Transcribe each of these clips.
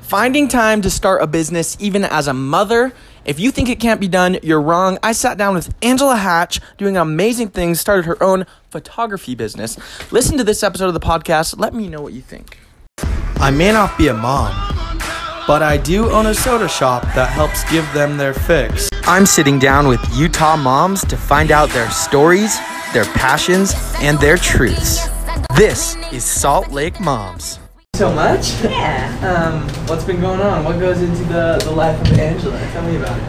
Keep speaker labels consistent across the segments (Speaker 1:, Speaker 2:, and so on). Speaker 1: Finding time to start a business, even as a mother, if you think it can't be done, you're wrong. I sat down with Angela Hatch, doing amazing things, started her own photography business. Listen to this episode of the podcast. Let me know what you think.
Speaker 2: I may not be a mom, but I do own a soda shop that helps give them their fix.
Speaker 1: I'm sitting down with Utah moms to find out their stories, their passions, and their truths. This is Salt Lake Moms. So much.
Speaker 3: Yeah.
Speaker 1: Um, what's been going on? What goes into the, the life of Angela? Tell me about it.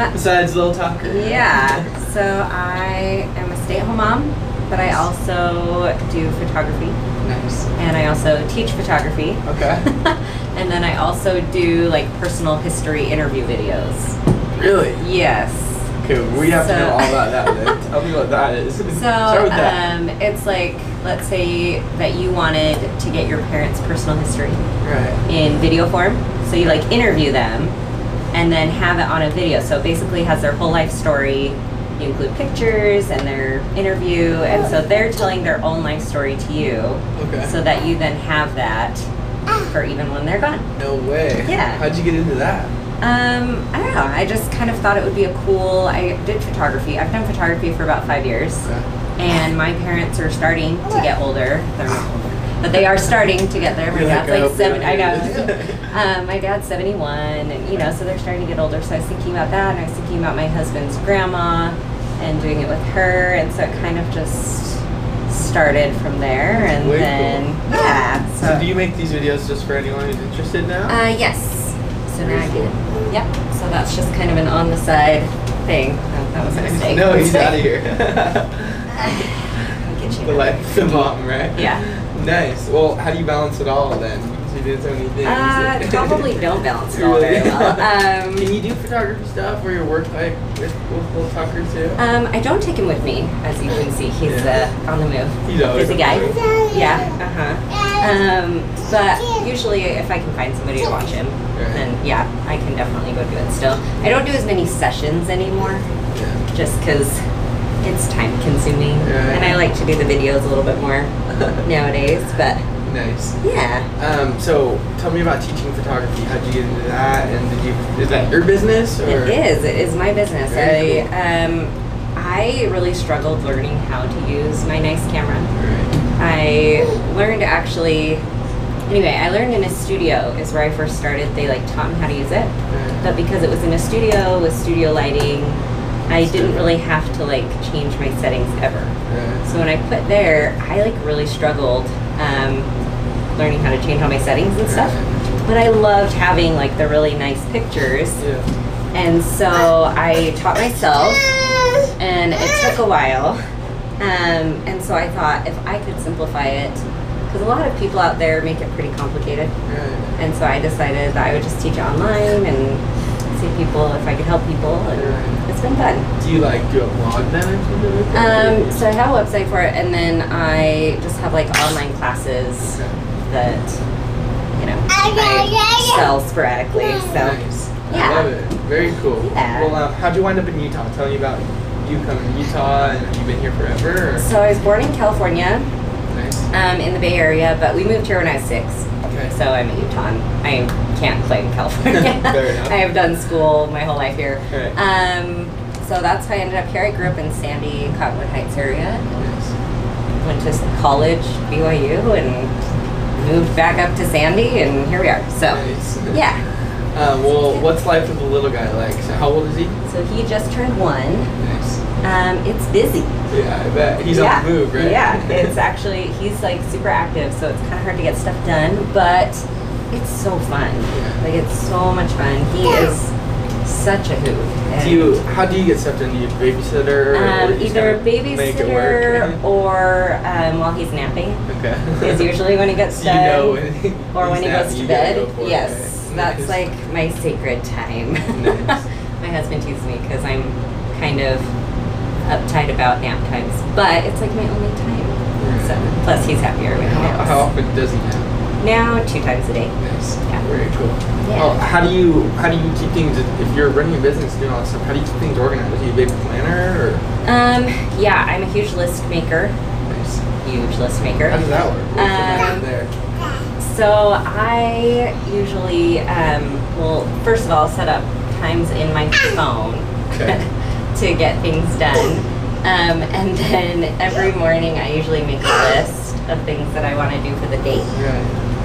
Speaker 3: Um,
Speaker 1: Besides Little Talker.
Speaker 3: yeah. So I am a stay-at-home mom, but I also do photography,
Speaker 1: Nice.
Speaker 3: and I also teach photography,
Speaker 1: Okay.
Speaker 3: and then I also do like personal history interview videos.
Speaker 1: Really?
Speaker 3: Yes.
Speaker 1: Okay, we have to know
Speaker 3: So-
Speaker 1: all about that. Then. Tell me what that is.
Speaker 3: So
Speaker 1: Start with that.
Speaker 3: um, it's like, let's say that you wanted to get your parents' personal history
Speaker 1: right.
Speaker 3: in video form. So you like interview them and then have it on a video. So it basically has their whole life story. You include pictures and their interview. And so they're telling their own life story to you
Speaker 1: Oh. Okay.
Speaker 3: so that you then have that for even when they're gone.
Speaker 1: no way.
Speaker 3: Yeah.
Speaker 1: How'd you get into that?
Speaker 3: Um, I don't know. I just kind of thought it would be a cool. I did photography. I've done photography for about five years, and my parents are starting to get older. They're not older, but they are starting to get there. My
Speaker 1: You're like,
Speaker 3: dad's
Speaker 1: I hope
Speaker 3: like
Speaker 1: you're
Speaker 3: seven.
Speaker 1: not
Speaker 3: I
Speaker 1: doing
Speaker 3: know.
Speaker 1: this.
Speaker 3: Um, my dad's seventy-one, and you know, so they're starting to get older. So I was thinking about that, and I was thinking about my husband's grandma and doing it with her, and so it kind of just started from there, and
Speaker 1: Way cool.
Speaker 3: then yeah. So,
Speaker 1: So do you make these videos just for anyone who's interested now?
Speaker 3: uh, yes. So now I get it. Yep. So that's just kind of an on the side thing. Oh, that was a mistake.
Speaker 1: no, he's out of here.
Speaker 3: I'll get you
Speaker 1: the
Speaker 3: that.
Speaker 1: life of the mom, right?
Speaker 3: Yeah.
Speaker 1: Nice. Well, how do you balance it all then? Because you did so many things.
Speaker 3: Uh, probably don't balance it all very
Speaker 1: Really?
Speaker 3: well. Um,
Speaker 1: Can you do photography stuff or your work like with with Will Tucker too?
Speaker 3: um, I don't take him with me, as you can see. He's
Speaker 1: Yeah.
Speaker 3: uh, on the move.
Speaker 1: He's always
Speaker 3: busy
Speaker 1: on
Speaker 3: guy.
Speaker 1: the move.
Speaker 3: Yeah. Uh huh. Um, but usually, if I can find somebody to watch him,
Speaker 1: Right.
Speaker 3: then yeah, I can definitely go do it. Still, I don't do as many sessions anymore.
Speaker 1: Yeah.
Speaker 3: just because it's time consuming
Speaker 1: Yeah.
Speaker 3: and I like to do the videos a little bit more nowadays. But
Speaker 1: nice.
Speaker 3: yeah,
Speaker 1: Um, so tell me about teaching photography. How'd you get into that? And did you is that your business or
Speaker 3: it is. It is my business.
Speaker 1: Very
Speaker 3: I um, I really struggled learning how to use my nice camera.
Speaker 1: Right.
Speaker 3: I learned actually. Anyway, I learned in a studio is where I first started. They like taught me how to use it,
Speaker 1: Right.
Speaker 3: but because it was in a studio with studio lighting, I didn't really have to like change my settings ever.
Speaker 1: Right.
Speaker 3: So when I quit there, I like really struggled um, learning how to change all my settings and stuff. But I loved having like the really nice pictures,
Speaker 1: Yeah.
Speaker 3: and so I taught myself, and it took a while. Um, and so I thought if I could simplify it, because a lot of people out there make it pretty complicated.
Speaker 1: Right.
Speaker 3: And so I decided that I would just teach it online and see people if I could help people, and it's been fun.
Speaker 1: Do you like do a vlog then? or something like that?
Speaker 3: Um, so I have a website for it, and then I just have like online classes that you know I sell sporadically. So
Speaker 1: Nice.
Speaker 3: Yeah.
Speaker 1: I love it. Very cool.
Speaker 3: Yeah.
Speaker 1: Well, um, how'd you wind up in Utah? Tell me about you coming to Utah and have you been here forever? Or?
Speaker 3: so I was born in California,
Speaker 1: Nice.
Speaker 3: um, in the Bay Area, but we moved here when I was six.
Speaker 1: Okay.
Speaker 3: So I'm a Utahn. I can't claim California.
Speaker 1: Fair enough.
Speaker 3: I have done school my whole life here.
Speaker 1: Right.
Speaker 3: Um, so that's how I ended up here. I grew up in Sandy, Cottonwood Heights area.
Speaker 1: Nice.
Speaker 3: went to college, BYU, and moved back up to Sandy, and here we are. So,
Speaker 1: Nice.
Speaker 3: yeah.
Speaker 1: Uh, well, what's life with a little guy like? So how old is he?
Speaker 3: So he just turned one.
Speaker 1: Nice.
Speaker 3: Um, it's busy.
Speaker 1: Yeah, I bet. He's
Speaker 3: yeah.
Speaker 1: on the move, right?
Speaker 3: Yeah, it's actually he's like super active, so it's kind of hard to get stuff done, but it's so fun.
Speaker 1: Yeah.
Speaker 3: Like it's so much fun. He is such a hoot. and-
Speaker 1: Do you? How do you get stuff done? Do you babysitter? Or
Speaker 3: um,
Speaker 1: or you just
Speaker 3: either a
Speaker 1: kinda make it work?
Speaker 3: babysitter or um, while he's napping
Speaker 1: okay.
Speaker 3: is usually when he gets
Speaker 1: so you
Speaker 3: done.
Speaker 1: know when
Speaker 3: or when he goes to bed. yes, that's
Speaker 1: Nice.
Speaker 3: like my sacred time.
Speaker 1: Nice.
Speaker 3: my husband teases me because I'm kind of uptight about nap times, but it's like my only time. So, plus, he's happier with
Speaker 1: How,
Speaker 3: naps.
Speaker 1: how often does he nap?
Speaker 3: Now, two times a day.
Speaker 1: Nice.
Speaker 3: Yeah.
Speaker 1: Very cool.
Speaker 3: Yeah.
Speaker 1: Well, how do you how do you keep things if you're running a business doing all this stuff? How do you keep things organized? Are you a big planner or?
Speaker 3: Um, yeah, I'm a huge list maker.
Speaker 1: Nice.
Speaker 3: Huge list maker.
Speaker 1: How does that work? What's the plan
Speaker 3: Um,
Speaker 1: there.
Speaker 3: So I usually um, will first of all set up times in my phone
Speaker 1: Okay.
Speaker 3: to get things done, um, and then every morning I usually make a list of things that I want to do for the date,
Speaker 1: Right.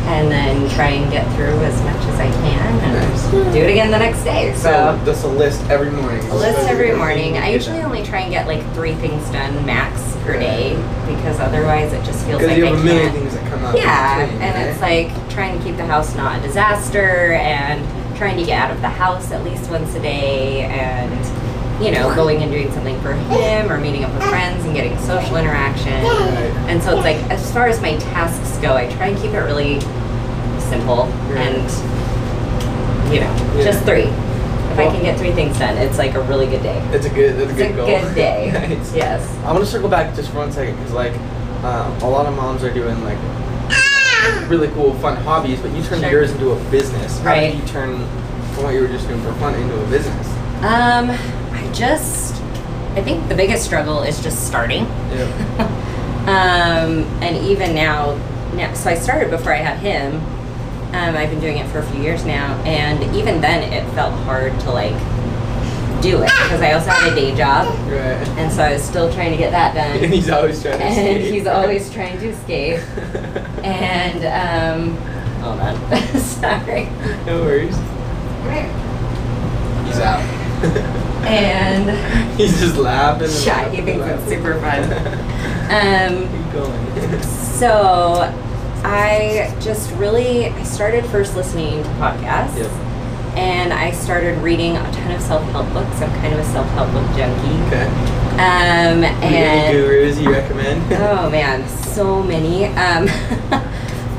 Speaker 3: and then try and get through as much as I can, and do it again the next day.
Speaker 1: So
Speaker 3: So.
Speaker 1: that's a list every morning.
Speaker 3: A list every morning. I usually only try and get like three things done max per day because otherwise it just feels
Speaker 1: because
Speaker 3: like
Speaker 1: you
Speaker 3: I
Speaker 1: have a
Speaker 3: can't.
Speaker 1: million things that come up.
Speaker 3: Yeah, and it's like trying to keep the house not a disaster and trying to get out of the house at least once a day and, you know, going and doing something for him or meeting up with friends and getting social interaction.
Speaker 1: Right.
Speaker 3: And so it's like, as far as my tasks go, I try and keep it really simple and, you know,
Speaker 1: Yeah.
Speaker 3: just three. If I
Speaker 1: Well-
Speaker 3: can get three things done, it's like a really good day.
Speaker 1: it's a good, it's a
Speaker 3: It's
Speaker 1: good
Speaker 3: a
Speaker 1: goal.
Speaker 3: good day.
Speaker 1: Right.
Speaker 3: Yes.
Speaker 1: I want to circle back just for one second because like um, a lot of moms are doing like really cool fun hobbies, but you turned
Speaker 3: Sure.
Speaker 1: yours into a business. How
Speaker 3: Right.
Speaker 1: did you turn from what you were just doing for fun into a business?
Speaker 3: Um, I just, I think the biggest struggle is just starting.
Speaker 1: Yeah.
Speaker 3: um, and even now, now, so I started before I had him. Um, I've been doing it for a few years now, and even then, it felt hard to like do it because I also had a day job,
Speaker 1: Right.
Speaker 3: and so I was still trying to get that
Speaker 1: And
Speaker 3: done.
Speaker 1: he's always trying to
Speaker 3: And
Speaker 1: escape.
Speaker 3: he's always trying to escape. And um, hold on, sorry.
Speaker 1: Oh, no worries. He's out.
Speaker 3: And
Speaker 1: he's just laughing. and
Speaker 3: yeah,
Speaker 1: laughing
Speaker 3: he
Speaker 1: and
Speaker 3: thinks it's
Speaker 1: laughing.
Speaker 3: super fun. Um,
Speaker 1: Keep going.
Speaker 3: So I just really I started first listening to podcasts
Speaker 1: Yep.
Speaker 3: and I started reading a ton of self-help books. I'm kind of a self-help book junkie.
Speaker 1: Okay. Do
Speaker 3: Um
Speaker 1: you have Any
Speaker 3: and
Speaker 1: gurus you recommend?
Speaker 3: oh man, so many. Um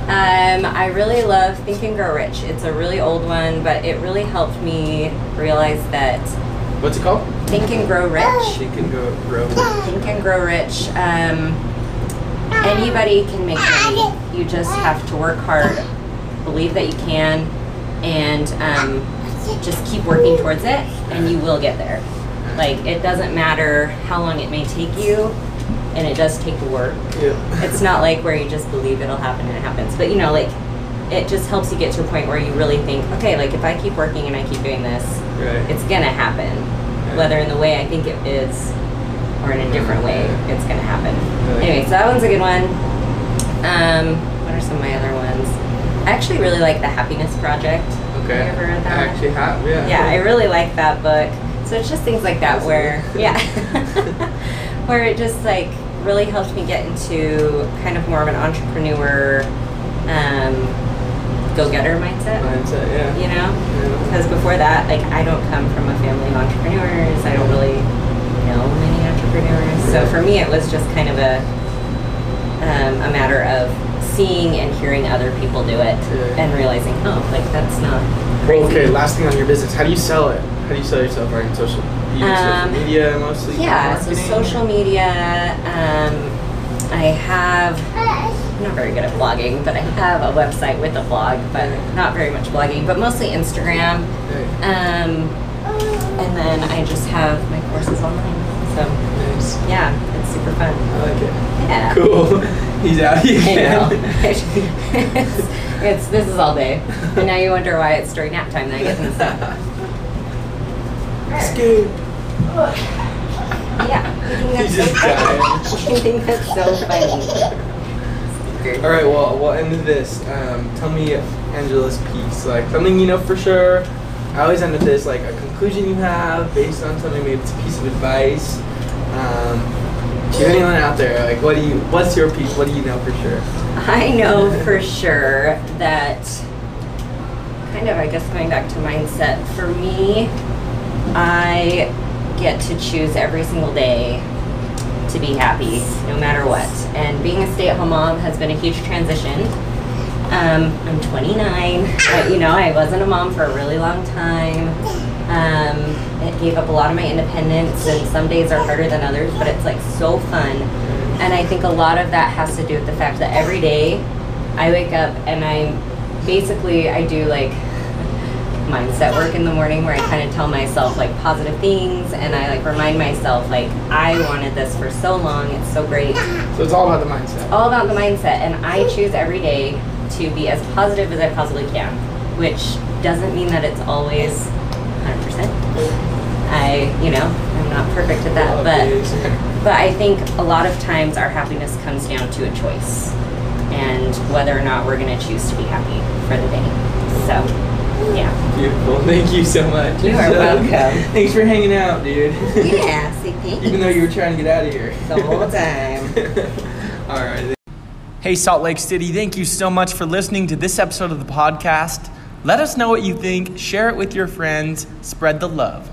Speaker 3: Um, I really love Think and Grow Rich. It's a really old one, but it really helped me realize that
Speaker 1: What's it called?
Speaker 3: Think and Grow Rich
Speaker 1: She can go grow.
Speaker 3: think and grow rich. Um, anybody can make money. You just have to work hard, believe that you can, and um, just keep working towards it, and you will get there. Like it doesn't matter how long it may take you, and it does take work.
Speaker 1: Yeah.
Speaker 3: It's not like where you just believe it'll happen and it happens, but you know, like it just helps you get to a point where you really think, okay, like if I keep working and I keep doing this,
Speaker 1: Right.
Speaker 3: it's gonna happen, whether in the way I think it is or in a different way, it's gonna happen.
Speaker 1: Really?
Speaker 3: Anyway, so that one's a good one. Um, what are some of my other ones? I actually really like the Happiness Project.
Speaker 1: Okay.
Speaker 3: Have you ever read that
Speaker 1: I
Speaker 3: one?
Speaker 1: actually have. Yeah.
Speaker 3: Yeah, I really like that book. So it's just things like that where, yeah, where it just like really helped me get into kind of more of an entrepreneur, um, go-getter mindset.
Speaker 1: Mindset. Yeah.
Speaker 3: You know,
Speaker 1: Yeah.
Speaker 3: because before that, like I don't come from a family of entrepreneurs. I don't really know many entrepreneurs. So for me, it was just kind of a um, a matter of seeing and hearing other people do it
Speaker 1: Yeah.
Speaker 3: and realizing, oh, like that's not
Speaker 1: Well,
Speaker 3: crazy.
Speaker 1: okay. Last thing on your business. How do you sell it? How do you sell yourself? Right. in Social. You use
Speaker 3: Um,
Speaker 1: social media mostly.
Speaker 3: Yeah, so
Speaker 1: marketing?
Speaker 3: social media. Um, I have. I'm not very good at blogging, but I have a website with a blog, but not very much blogging, but mostly Instagram.
Speaker 1: Okay.
Speaker 3: Um, and then I just have my courses online. So
Speaker 1: Nice.
Speaker 3: yeah, it's super fun.
Speaker 1: I like it.
Speaker 3: Yeah.
Speaker 1: Cool. He's out. He
Speaker 3: I know.
Speaker 1: can.
Speaker 3: it's, it's- this is all day, and now you wonder why it's during nap time that I get this stuff.
Speaker 1: Escape.
Speaker 3: Yeah, I
Speaker 1: He's
Speaker 3: think
Speaker 1: just
Speaker 3: that's so funny.
Speaker 1: dying.
Speaker 3: I think that's so funny.
Speaker 1: All right, well, we'll end with this. Um, tell me Angela's piece, like something you know for sure. I always end with this, like a conclusion you have based on something. Maybe it's a piece of advice. Um, to anyone out there, like, what do you? What's your piece? What do you know for sure?
Speaker 3: I know for sure that kind of, I guess, going back to mindset, for me, I get to choose every single day to be happy, no matter what. And being a stay at home mom has been a huge transition. Um, I'm 29, but you know, I wasn't a mom for a really long time. Um, it gave up a lot of my independence, and some days are harder than others, but it's like so fun. And I think a lot of that has to do with the fact that every day I wake up and I'm basically, I do like mindset work in the morning where I kind of tell myself like positive things and I like remind myself like I wanted this for so long, it's so great. It's Oh,
Speaker 1: So it's all about the mindset.
Speaker 3: all about the mindset and I choose every day to be as positive as I possibly can, which doesn't mean that it's always 100%. I, you know, I'm not perfect at that, but. But I think a lot of times our happiness comes down to a choice and whether or not we're going to choose to be happy for the day. So, yeah.
Speaker 2: Beautiful. Thank you so much.
Speaker 3: You are welcome.
Speaker 2: Thanks for hanging out, dude.
Speaker 3: see, thanks.
Speaker 2: Even though you were trying to get out of here.
Speaker 3: The whole time.
Speaker 2: All right.
Speaker 1: Hey, Salt Lake City, thank you so much for listening to this episode of the podcast. Let us know what you think, share it with your friends, spread the love.